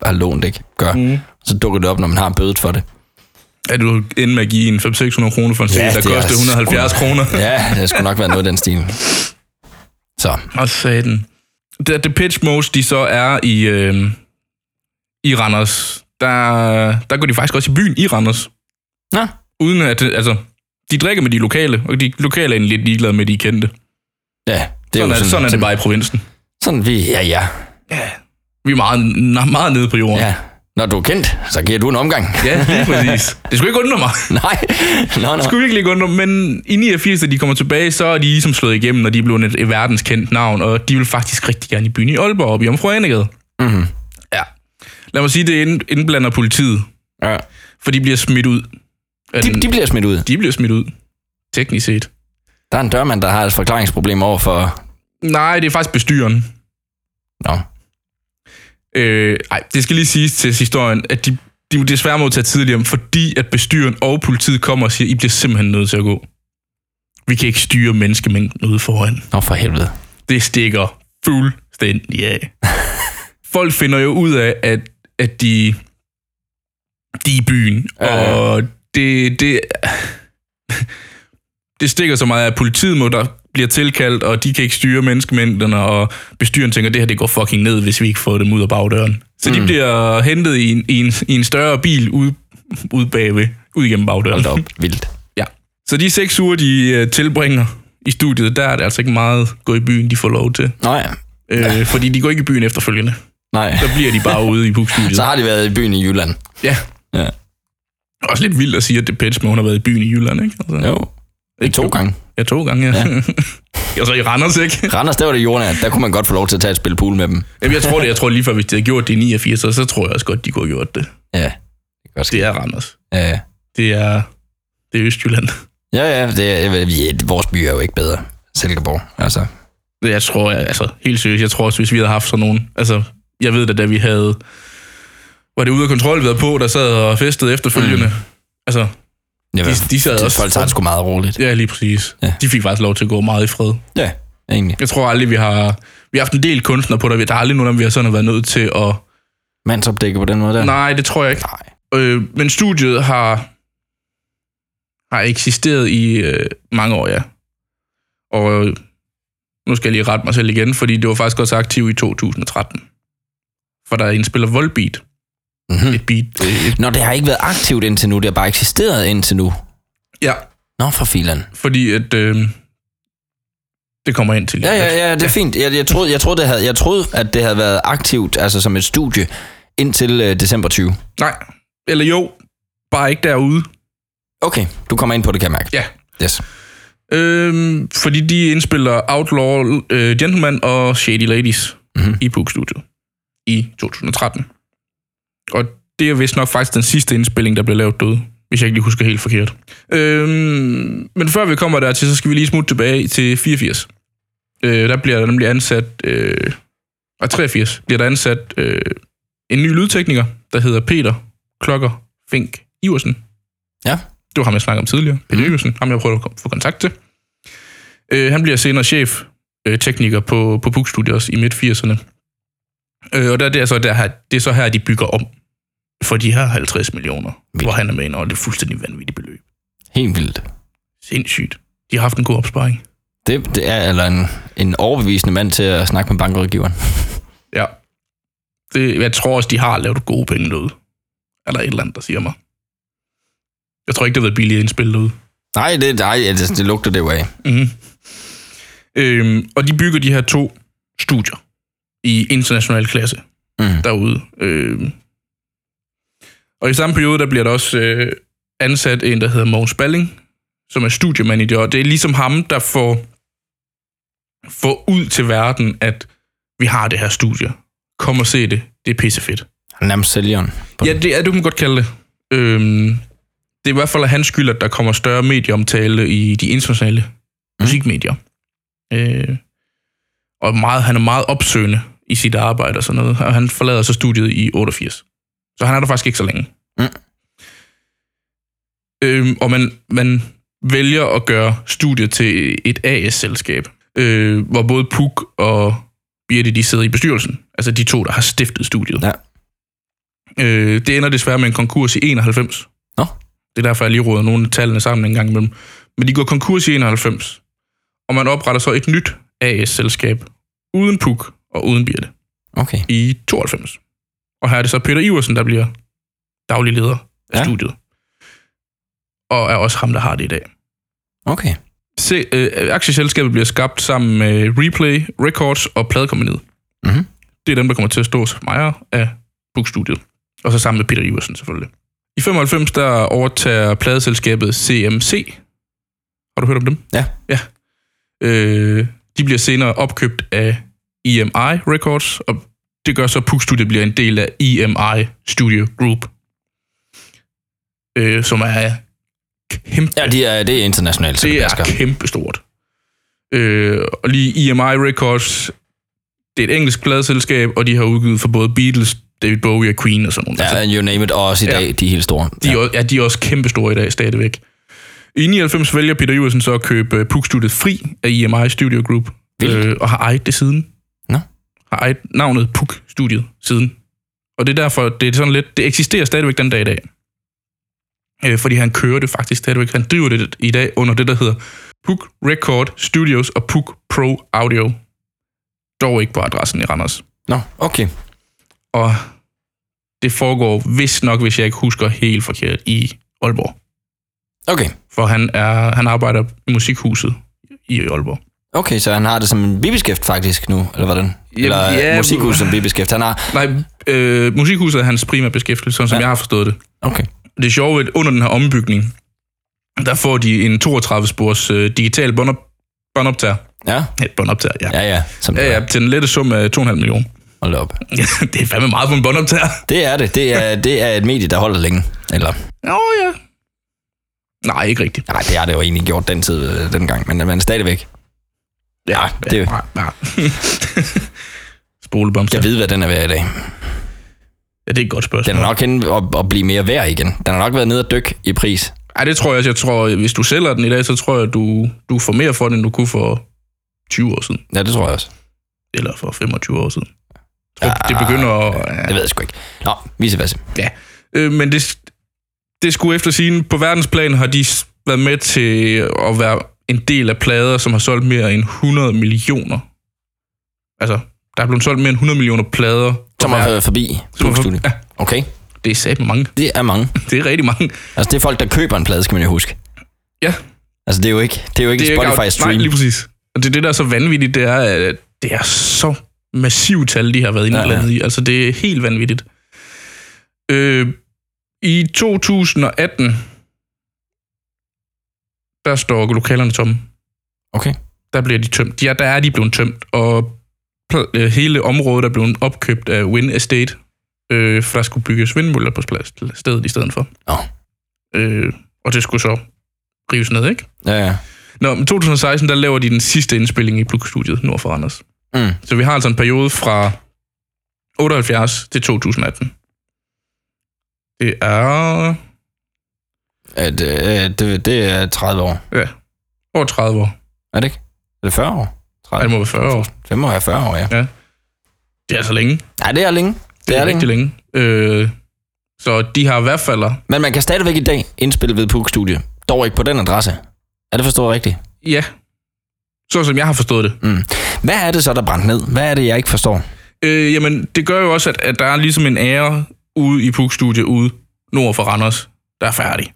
Speaker 2: har lånt, ikke gør. Mm. Så dukker det op, når man har bødet for det.
Speaker 3: At du ender med at give en 500-600 kroner for en CD, der
Speaker 2: det er
Speaker 3: koster
Speaker 2: sgu-
Speaker 3: 170 kroner.
Speaker 2: Ja, det skulle nok være noget af den stil. Så,
Speaker 3: Og satan. Da The Pitch Mose, de så er i, øh, i Randers, der, der går de faktisk også i byen i Randers.
Speaker 2: nå,
Speaker 3: Uden at, altså, de drikker med de lokale, og de lokale er egentlig lidt ligeglade med, at de er kendte.
Speaker 2: ja, det er
Speaker 3: Sådan,
Speaker 2: jo
Speaker 3: er, sådan er det
Speaker 2: sådan,
Speaker 3: bare i provinsen.
Speaker 2: sådan vi, ja, ja,
Speaker 3: Vi er meget, n- meget nede på jorden.
Speaker 2: ja. Når du er kendt, så giver du en omgang.
Speaker 3: Ja, lige præcis. Det skulle ikke undre mig.
Speaker 2: Nej, nå, nå.
Speaker 3: Det skulle virkelig ikke undre mig. Men i 89, da de kommer tilbage, så er de ligesom slået igennem, og de er blevet et, et verdenskendt navn, og de vil faktisk rigtig gerne i byen i Aalborg, op i Omfru Mm-hmm.
Speaker 2: Mhm.
Speaker 3: Ja. Lad mig sige, det ind- indblander politiet,
Speaker 2: Ja.
Speaker 3: for de bliver smidt ud. Af
Speaker 2: De,
Speaker 3: den-
Speaker 2: de bliver smidt ud.
Speaker 3: de bliver smidt ud, teknisk set.
Speaker 2: Der er en dørmand, der har et forklaringsproblem over for...
Speaker 3: Nej, det er faktisk bestyren.
Speaker 2: Nå,
Speaker 3: Øh, ej, det skal lige siges til historien, at de, de må desværre må tage tidligere hjem, fordi at bestyren og politiet kommer og siger, I bliver simpelthen nødt til at gå. Vi kan ikke styre menneskemængden ude foran.
Speaker 2: nå for helvede.
Speaker 3: Det stikker fuldstændig af. Folk finder jo ud af, at, at de, de er i byen,
Speaker 2: Ja.
Speaker 3: og det, det, det stikker så meget af, at politiet må der bliver tilkaldt, og de kan ikke styre menneskemængderne, og bestyren tænker, det her det går fucking ned, hvis vi ikke får dem ud af bagdøren. Så mm. de bliver hentet i en, i en, i en større bil ude, ude bagved, ud igennem bagdøren.
Speaker 2: Hold da op, vildt.
Speaker 3: Ja. Så de seks uger, de øh, tilbringer i studiet, der er det altså ikke meget gå i byen, de får lov til.
Speaker 2: Nej,
Speaker 3: Øh, fordi de går ikke i byen efterfølgende.
Speaker 2: nej.
Speaker 3: Der bliver de bare ude i bookstudiet.
Speaker 2: Så har de været i byen i Jylland.
Speaker 3: Ja.
Speaker 2: Ja.
Speaker 3: Også lidt vildt at sige, at det Pitch, hun har været i byen i Jylland, ikke? Altså,
Speaker 2: Jo,
Speaker 3: Ikke
Speaker 2: to gange.
Speaker 3: Ja, to gange, ja. ja. og så i Randers, ikke?
Speaker 2: Randers, der var det jordnært. Der kunne man godt få lov til at tage et spil pool med dem.
Speaker 3: Jamen, jeg tror det. Jeg tror lige før, hvis de havde gjort det i 89, så, så tror jeg også godt, de kunne have gjort det.
Speaker 2: Ja, det kan godt ske.
Speaker 3: Det er Randers.
Speaker 2: Ja, ja.
Speaker 3: Det er, det er Østjylland.
Speaker 2: Ja, ja, det er, ja, vores by er jo ikke bedre. Silkeborg, altså.
Speaker 3: Jeg tror, jeg, altså helt seriøst, jeg tror også, hvis vi havde haft sådan nogen, altså jeg ved da, da vi havde, var det ude af kontrol, vi havde på, der sad og festede efterfølgende. Mm. Altså,
Speaker 2: Ja,
Speaker 3: de, de sad også...
Speaker 2: Folk tager det sgu meget roligt.
Speaker 3: Ja, lige præcis.
Speaker 2: Ja.
Speaker 3: Ja. De fik faktisk lov til at gå meget i fred.
Speaker 2: Ja, egentlig.
Speaker 3: Jeg tror aldrig, vi har... Vi har haft en del kunstnere på, der, vi- der er aldrig nogen, af dem, vi har sådan været nødt til at...
Speaker 2: Mandsopdække på den måde der.
Speaker 3: Nej, det tror jeg ikke.
Speaker 2: Nej.
Speaker 3: Øh, men studiet har, har eksisteret i øh, mange år, ja. Og øh, nu skal jeg lige rette mig selv igen, fordi det var faktisk også aktiv i 2013. For der er en spiller Volbeat.
Speaker 2: Mhm.
Speaker 3: Et beat. Øh, et,
Speaker 2: Nå, det har ikke været aktivt indtil nu. Det har bare eksisteret indtil nu.
Speaker 3: ja,
Speaker 2: Nå, for filan.
Speaker 3: fordi at... Øh, det kommer jeg ind til.
Speaker 2: Ja, ja, ja, det er fint. Jeg, jeg, troede, jeg, troede, det havde, jeg troede, at det havde været aktivt, altså som et studie, indtil øh, december 20.
Speaker 3: Nej, eller jo, bare ikke derude.
Speaker 2: Okay, du kommer ind på det, kan jeg mærke.
Speaker 3: Ja,
Speaker 2: Yes.
Speaker 3: Øhm, fordi de indspiller Outlaw øh, Gentleman og Shady Ladies
Speaker 2: Mhm.
Speaker 3: mm-hmm. i Puk Studio i 2013. Og det er vist nok faktisk den sidste indspilling, der blev lavet døde, hvis jeg ikke lige husker helt forkert. Øhm, men før vi kommer dertil, så skal vi lige smutte tilbage til 84. Øh, der bliver der nemlig ansat... Øh, og 83 bliver der ansat øh, en ny lydtekniker, der hedder Peter Klokker Fink Iversen.
Speaker 2: Ja. Mhm.
Speaker 3: Det var ham, jeg snakkede om tidligere. Peter Jørgensen. Ham, jeg prøvede at kom- få kontakt til. Øh, han bliver senere chef, øh, tekniker på, på Puk Studios i midt-80'erne. Øh, og der, det, er så, der her, det er så her, de bygger om for de her 50 millioner,
Speaker 2: Vildt.
Speaker 3: hvor han er med ind, og det er fuldstændig vanvittigt beløb.
Speaker 2: Helt vildt.
Speaker 3: Sindssygt. De har haft en god opsparing.
Speaker 2: Det, det er eller en, en overbevisende mand til at snakke med bankrådgiveren.
Speaker 3: Ja. Det, jeg tror også, de har lavet gode penge derude. Er der et eller andet, der siger mig. Jeg tror ikke, det har været billigt indspillet derude.
Speaker 2: Nej, det, nej, det, det lugter det jo af.
Speaker 3: Mm. Øhm, og de bygger de her to studier i international klasse
Speaker 2: Mhm.
Speaker 3: mm. derude. Øhm. Og i samme periode, der bliver der også øh, ansat en, der hedder Mogens Balling, som er studiemanager. Og det er ligesom ham, der får, får ud til verden, at vi har det her studie. Kom og se det. Det er pissefedt.
Speaker 2: Han er nærmest sælgeren.
Speaker 3: Ja, det er, du kan godt kalde det. Øhm, det er i hvert fald, at han skylder, at der kommer større medieomtale i de internationale musikmedier. Øh, og meget, han er meget opsøgende i sit arbejde og sådan noget. Og han forlader så studiet i 88. Så han er der faktisk ikke så længe.
Speaker 2: Mm.
Speaker 3: Øhm, og man, man vælger at gøre studiet til et AS-selskab, øh, hvor både Puk og Birte, de sidder i bestyrelsen. Altså de to, der har stiftet studiet.
Speaker 2: Ja.
Speaker 3: Øh, det ender desværre med en konkurs i 91.
Speaker 2: Nå.
Speaker 3: Det er derfor, jeg lige råder nogle af tallene sammen en gang imellem. Men de går konkurs i 91, og man opretter så et nyt AS-selskab uden Puk og uden Birte
Speaker 2: Okay.
Speaker 3: i 92. Og her er det så Peter Iversen, der bliver daglig leder af
Speaker 2: Ja.
Speaker 3: ja. studiet. Og er også ham, der har det i dag.
Speaker 2: Okay.
Speaker 3: Se, øh, aktieselskabet bliver skabt sammen med Replay, Records og Pladekompaniet.
Speaker 2: Mhm.
Speaker 3: Det er dem, der kommer til at stå som ejer af Bookstudiet. Og så sammen med Peter Iversen selvfølgelig. I 95 der overtager pladeselskabet CMC. Har du hørt om dem?
Speaker 2: Ja.
Speaker 3: ja. Øh, de bliver senere opkøbt af EMI Records, og det gør så, at Bookstudiet bliver en del af EMI Studio Group. Øh, som er kæmpe
Speaker 2: Ja, de er, det er internationalt, så det,
Speaker 3: det
Speaker 2: det
Speaker 3: er
Speaker 2: er
Speaker 3: kæmpestort. Øh, og lige EMI Records, det er et engelsk pladeselskab, og de har udgivet for både Beatles, David Bowie og Queen og sådan nogle.
Speaker 2: Ja, you name it, og også i
Speaker 3: Ja.
Speaker 2: dag, de er helt store.
Speaker 3: De,
Speaker 2: ja.
Speaker 3: er, også- ja, de er også kæmpestore i dag stadigvæk. I 99 vælger Peter Iversen så at købe Puk-studiet fri af EMI Studio Group, øh,
Speaker 2: Vildt.
Speaker 3: og har ejet det siden.
Speaker 2: Nå.
Speaker 3: Har ejet navnet Puk-studiet siden. Og det er derfor, det er sådan lidt, det eksisterer stadigvæk den dag i dag. Øh, fordi han kører det faktisk stadigvæk. Han driver det i dag under det, der hedder Puk Record Studios og Puk Pro Audio. Dog ikke på adressen i Randers.
Speaker 2: Nå, okay.
Speaker 3: Og det foregår vist nok, hvis jeg ikke husker helt forkert, i Aalborg.
Speaker 2: Okay.
Speaker 3: For han, er, han arbejder i musikhuset i Aalborg.
Speaker 2: Okay, så han har det som en bibeskæft faktisk nu, eller hvordan?
Speaker 3: Jamen,
Speaker 2: eller
Speaker 3: ja,
Speaker 2: musikhus som bibeskæft. Han har...
Speaker 3: Nej, øh, musikhuset er hans primære beskæftigelse, sådan som
Speaker 2: Ja.
Speaker 3: ja. jeg har forstået det.
Speaker 2: Okay.
Speaker 3: Det er sjovt, at under den her ombygning, der får de en 32-spors øh, digital båndop, båndoptager.
Speaker 2: Ja,
Speaker 3: Ja, båndoptager, ja.
Speaker 2: ja, ja. Som det
Speaker 3: Ja,
Speaker 2: var.
Speaker 3: ja, til den lette sum af 2,5 millioner.
Speaker 2: Hold da op.
Speaker 3: Ja, det er fandme meget for en båndoptager.
Speaker 2: Det er det. Det er, det er et medie, der holder længe. Eller,
Speaker 3: Nå ja. Nej, ikke rigtigt.
Speaker 2: nej, det har det jo egentlig gjort den tid, øh, dengang, men, men stadigvæk. Ja, det,
Speaker 3: Ja, ja. Spolebomster.
Speaker 2: jeg ved, hvad den er værd i dag.
Speaker 3: Ja, det er et godt spørgsmål.
Speaker 2: Den er nok henne at, at blive mere værd igen. Den har nok været nede at dykke i pris.
Speaker 3: Ej, det tror jeg også. Jeg tror, hvis du sælger den i dag, så tror jeg, du, du får mere for den, end du kunne for 20 år siden.
Speaker 2: Ja, det tror jeg også.
Speaker 3: Eller for 25 år siden. Jeg tror, det begynder at...
Speaker 2: Det ved jeg sgu ikke. Nå, vice versa.
Speaker 3: Ja. Øh, men det, det skulle efter sigende, på verdensplan har de s- været med til at være en del af plader, som har solgt mere end 100 millioner. Altså, der er blevet solgt mere end 100 millioner plader.
Speaker 2: Som har været forbi Puk-studiet.
Speaker 3: Ja,
Speaker 2: Okay,
Speaker 3: det er satme mange.
Speaker 2: det er mange.
Speaker 3: Det er rigtig mange.
Speaker 2: Altså, det er folk, der køber en plade, skal man jo huske.
Speaker 3: Ja,
Speaker 2: Altså, det er jo ikke, det er jo ikke
Speaker 3: det er ikke- Nej,
Speaker 2: Spotify-stream.
Speaker 3: lige præcis. Og det, er det, der er så vanvittigt, det er, at det er så massivt tal, de har været
Speaker 2: Ja, ja.
Speaker 3: indblandet ja, ja. i. Altså, det er helt vanvittigt. Øh, I 2018, der står lokalerne tomme.
Speaker 2: Okay.
Speaker 3: Der bliver de tømt. Ja, der er de blevet tømt, og pl- øh, hele området er blevet opkøbt af Win Estate, øh, for der skulle bygges vindmøller på plads- stedet i stedet for.
Speaker 2: Nå.
Speaker 3: Øh, og det skulle så rives ned, ikke?
Speaker 2: Ja, ja.
Speaker 3: Nå, men 2016, der laver de den sidste indspilling i Pluk-studiet nord for Anders.
Speaker 2: Mm.
Speaker 3: Så vi har altså en periode fra 78 til 2018. Det er
Speaker 2: At, øh, det, det er 30 år.
Speaker 3: over 30 år.
Speaker 2: Er det ikke? Er det 40 år?
Speaker 3: Ej,
Speaker 2: 30.
Speaker 3: det må være 40 år.
Speaker 2: Det må være 40 år, ja.
Speaker 3: Det er altså længe. Det
Speaker 2: Nej, det er længe. Det, det er, er længe.
Speaker 3: rigtig længe. Øh, så de har i hvert fald...
Speaker 2: Men man kan stadigvæk i dag indspille ved Puk Studio. Dog ikke på den adresse. Er det forstået rigtigt?
Speaker 3: Ja, så som jeg har forstået det.
Speaker 2: Mm. Hvad er det så, der brændte ned? Hvad er det, jeg ikke forstår?
Speaker 3: Øh, jamen, det gør jo også, at, at der er ligesom en ære ude i Puk-studiet ude nord for Randers, der er færdig.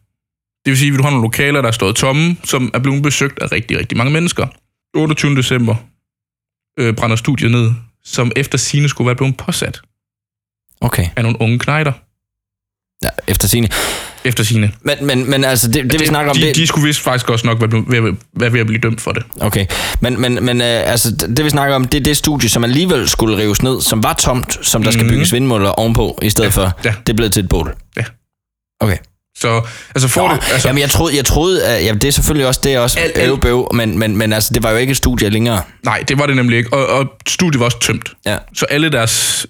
Speaker 3: Det vil sige, at du har nogle lokaler, der er stået tomme, som er blevet besøgt af rigtig, rigtig mange mennesker. 28. december øh, brænder studiet ned, som efter sine skulle være blevet påsat
Speaker 2: Okay.
Speaker 3: af nogle unge knejder.
Speaker 2: Ja, efter sine.
Speaker 3: Efter sine.
Speaker 2: Men, men, men altså, det, det, det vi snakker om,
Speaker 3: de,
Speaker 2: det...
Speaker 3: de skulle vist faktisk også nok være, blevet, være, være ved at blive dømt for det.
Speaker 2: Okay. Men, men, men øh, altså, det det vi snakker om, det er det studie, som alligevel skulle rives ned, som var tomt, som der skal
Speaker 3: Mhm.
Speaker 2: bygges vindmøller ovenpå, i stedet for,
Speaker 3: ja.
Speaker 2: det er blevet til et bål.
Speaker 3: Ja.
Speaker 2: Okay.
Speaker 3: Så altså får
Speaker 2: Nå,
Speaker 3: du... Altså,
Speaker 2: Jamen, jeg troede, jeg troede at, jamen, det er selvfølgelig også, det er også
Speaker 3: Al- al-
Speaker 2: øvebøv, men, men, men altså, det var jo ikke et studie længere.
Speaker 3: nej, det var det nemlig ikke. Og, og studiet var også tømt.
Speaker 2: Ja.
Speaker 3: Så alle deres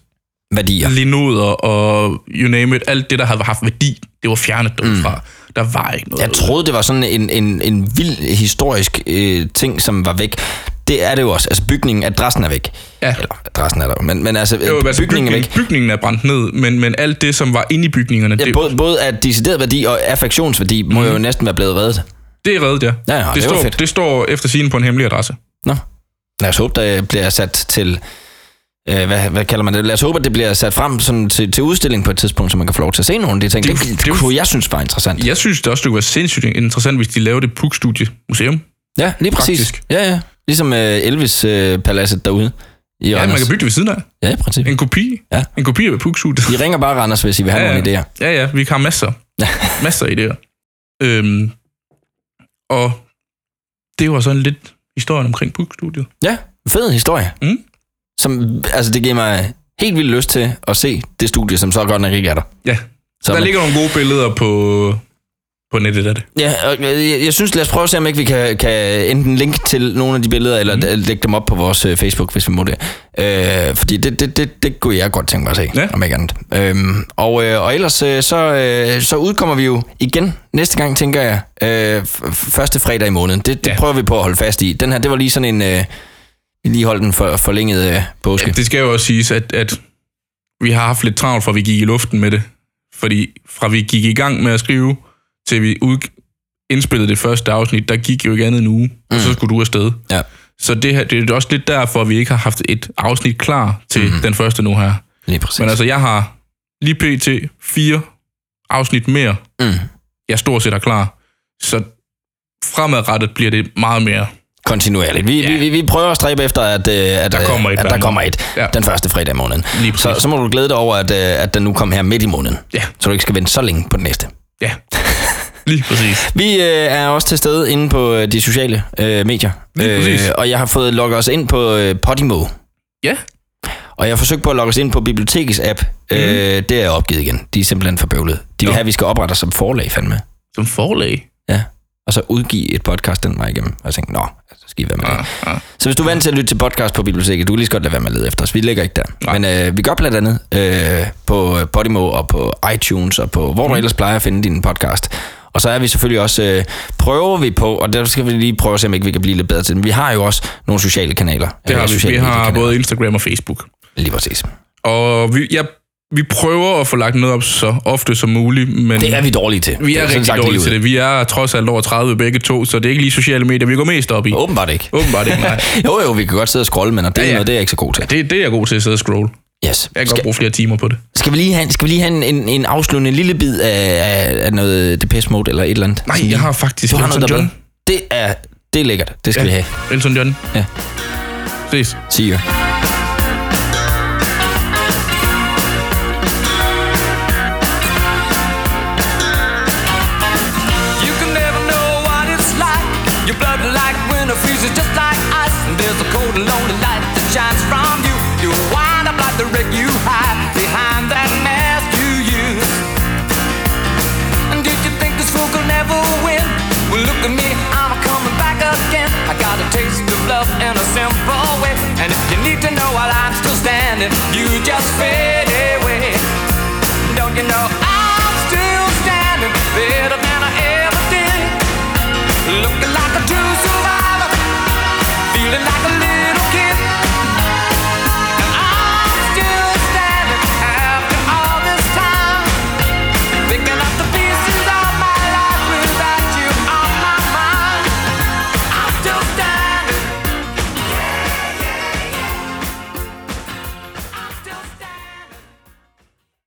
Speaker 2: værdier.
Speaker 3: linoder og you name it, alt det, der havde haft værdi, det var fjernet derfra. Mm. Der var ikke noget.
Speaker 2: Jeg troede, det var sådan en, en, en vild historisk øh, ting, som var væk. Det er det jo også. Altså bygningen, adressen er væk.
Speaker 3: Ja.
Speaker 2: Eller, adressen er der, jo, men, men altså,
Speaker 3: jo,
Speaker 2: bygningen,
Speaker 3: altså,
Speaker 2: bygningen er væk.
Speaker 3: Bygningen er brændt ned, men, men alt det, som var inde i bygningerne,
Speaker 2: Ja,
Speaker 3: det, Mhm.
Speaker 2: både, både af decideret værdi og affektionsværdi må jo næsten være blevet reddet.
Speaker 3: det er reddet, ja.
Speaker 2: Ja, ja,
Speaker 3: det,
Speaker 2: det var
Speaker 3: står,
Speaker 2: fedt.
Speaker 3: det står efter siden på en hemmelig adresse.
Speaker 2: Nå. Lad os håbe, der bliver sat til... Øh, hvad, hvad kalder man det? Lad os håbe, at det bliver sat frem sådan til, til udstilling på et tidspunkt, så man kan få lov til at se nogle af de ting.
Speaker 3: Det-
Speaker 2: Det, det,
Speaker 3: det-
Speaker 2: det kunne jeg synes var interessant.
Speaker 3: Jeg synes det også, det kunne være sindssygt interessant, hvis de lavede det Puk-studie museum.
Speaker 2: Ja, lige præcis.
Speaker 3: Praktisk.
Speaker 2: Ja, ja. Ligesom øh, Elvis-paladset derude. I
Speaker 3: Ja,
Speaker 2: Randers.
Speaker 3: man kan bygge det ved siden af.
Speaker 2: Ja, i princippet.
Speaker 3: En kopi.
Speaker 2: altså- Ja.
Speaker 3: En kopi af Puk-studiet.
Speaker 2: I ringer bare Randers, hvis I vil have ja, nogle idéer.
Speaker 3: Ja, ja, vi har masser.
Speaker 2: Ja.
Speaker 3: masser af idéer. Øhm, og det var sådan lidt historien omkring Bookstudiet.
Speaker 2: Ja, fed historie.
Speaker 3: Mm.
Speaker 2: Som, altså, det giver mig helt vildt lyst til at se det studie, som så godt nok ikke er der.
Speaker 3: Ja,
Speaker 2: Så,
Speaker 3: der
Speaker 2: men-
Speaker 3: ligger nogle gode billeder på, på nettet af det.
Speaker 2: Ja, og jeg, jeg- jeg synes, lad os prøve at se, om ikke vi kan, kan enten linke til nogle af de billeder, eller mm.
Speaker 3: Mhm.
Speaker 2: lægge dem op på vores øh, Facebook, hvis vi må det. Øh, fordi det, det, det, det kunne jeg godt tænke mig at se,
Speaker 3: Ja.
Speaker 2: ja. om ikke andet. Øhm, og, øh, og ellers, øh, så, øh, så udkommer vi jo igen næste gang, tænker jeg, øh, f- første fredag i måneden. Det, det
Speaker 3: Ja.
Speaker 2: ja. prøver vi på at holde fast i. Den her, det var lige sådan en... Øh, vi lige holdt den for, forlænget øh, påske.
Speaker 3: Ja, det skal jo også siges, at, at vi har haft lidt travlt, fra vi gik i luften med det. Fordi fra vi gik i gang med at skrive, til vi ud, indspillede det første afsnit, der gik jo ikke andet end en uge, mm. og så skulle du afsted.
Speaker 2: Ja.
Speaker 3: Så det, her, det er også lidt derfor, at vi ikke har haft et afsnit klar til mm. den første nu her.
Speaker 2: Lige præcis.
Speaker 3: Men altså, jeg har lige pt. fire afsnit mere,
Speaker 2: mm.
Speaker 3: jeg stort set er klar. Så fremadrettet bliver det meget mere.
Speaker 2: kontinuerligt. Vi,
Speaker 3: Ja.
Speaker 2: ja. vi, vi, vi prøver at stræbe efter, at, øh, at
Speaker 3: Der
Speaker 2: øh,
Speaker 3: kommer et
Speaker 2: at
Speaker 3: hver
Speaker 2: der
Speaker 3: måned.
Speaker 2: kommer et
Speaker 3: Ja.
Speaker 2: ja. den første fredag i måneden.
Speaker 3: Lige præcis.
Speaker 2: Så, så må du glæde dig over, at, øh, at den nu kommer her midt i måneden.
Speaker 3: Ja.
Speaker 2: Så du ikke skal vente så længe på den næste.
Speaker 3: Ja, lige præcis.
Speaker 2: Vi øh, er også til stede inde på øh, de sociale øh, medier. Øh,
Speaker 3: Lige præcis.
Speaker 2: og jeg har fået logget os ind på øh, Podimo.
Speaker 3: Ja,
Speaker 2: Og jeg har forsøgt på at logge os ind på bibliotekets app. Mm. Øh, det er jeg opgivet igen. De er simpelthen for bøvlede. De vil
Speaker 3: Mhm. Nå.
Speaker 2: have, at vi skal oprette os som forlag, fandme.
Speaker 3: som forlag.
Speaker 2: Ja. Og så udgive et podcast den vej igennem. Og jeg tænkte, nå, så skal I være med.
Speaker 3: Ja, ja.
Speaker 2: Så hvis du er vant til at lytte til podcast på biblioteket, du kan lige så godt lade være med at lede efter os. Vi ligger ikke der.
Speaker 3: Nej.
Speaker 2: Nej. Men øh, vi gør blandt andet øh, på øh, Podimo og på iTunes og på,
Speaker 3: Mm.
Speaker 2: hvor du ellers plejer at finde din podcast. Og så er vi selvfølgelig også, øh, prøver vi på, og der skal vi lige prøve at se, om ikke vi kan blive lidt bedre til den. Vi har jo også nogle sociale kanaler.
Speaker 3: Det
Speaker 2: Eller
Speaker 3: har Mm. vi.
Speaker 2: sociale
Speaker 3: Vi har
Speaker 2: mediekanaler.
Speaker 3: både Instagram og Facebook.
Speaker 2: Lige præcis.
Speaker 3: Og vi, ja, vi prøver at få lagt noget op så ofte som muligt, men...
Speaker 2: Det er vi dårlige til.
Speaker 3: Vi
Speaker 2: Det
Speaker 3: er
Speaker 2: sådan
Speaker 3: rigtig
Speaker 2: sagt
Speaker 3: dårlige
Speaker 2: lige
Speaker 3: til
Speaker 2: ud.
Speaker 3: det. Vi er trods alt over 30 begge to, så det er ikke lige sociale medier, vi går mest op i.
Speaker 2: Åbenbart ikke.
Speaker 3: Åbenbart ikke, nej.
Speaker 2: Jo, jo, vi kan godt sidde og scrolle, men og det
Speaker 3: Ja,
Speaker 2: er
Speaker 3: ja.
Speaker 2: noget, det er jeg ikke så god til.
Speaker 3: Det, det er jeg god til at sidde og scrolle.
Speaker 2: Yes.
Speaker 3: Jeg kan
Speaker 2: Skal-
Speaker 3: godt bruge flere timer på det.
Speaker 2: Skal vi lige have, skal vi lige have en, en, en afsluttende lille bid af, af- af noget DPS mode eller et eller andet?
Speaker 3: Nej, jeg har faktisk
Speaker 2: du har
Speaker 3: Elton
Speaker 2: noget der
Speaker 3: John.
Speaker 2: med. Det er, det er lækkert. Det skal ja. vi have.
Speaker 3: Elton John.
Speaker 2: Ja.
Speaker 3: Ses.
Speaker 2: See you.
Speaker 5: You can never know what it's like. Your blood like winter freezes just like ice. And there's a cold and lonely light that shines from you. You wind up like the wreck you hide behind that mask you use. And did you think this fool could never win? Well, look at me, I'm coming back again. I got a taste of love in a simple way. And if you need to know while I'm still standing, you just fade away. Don't you know I'm still standing there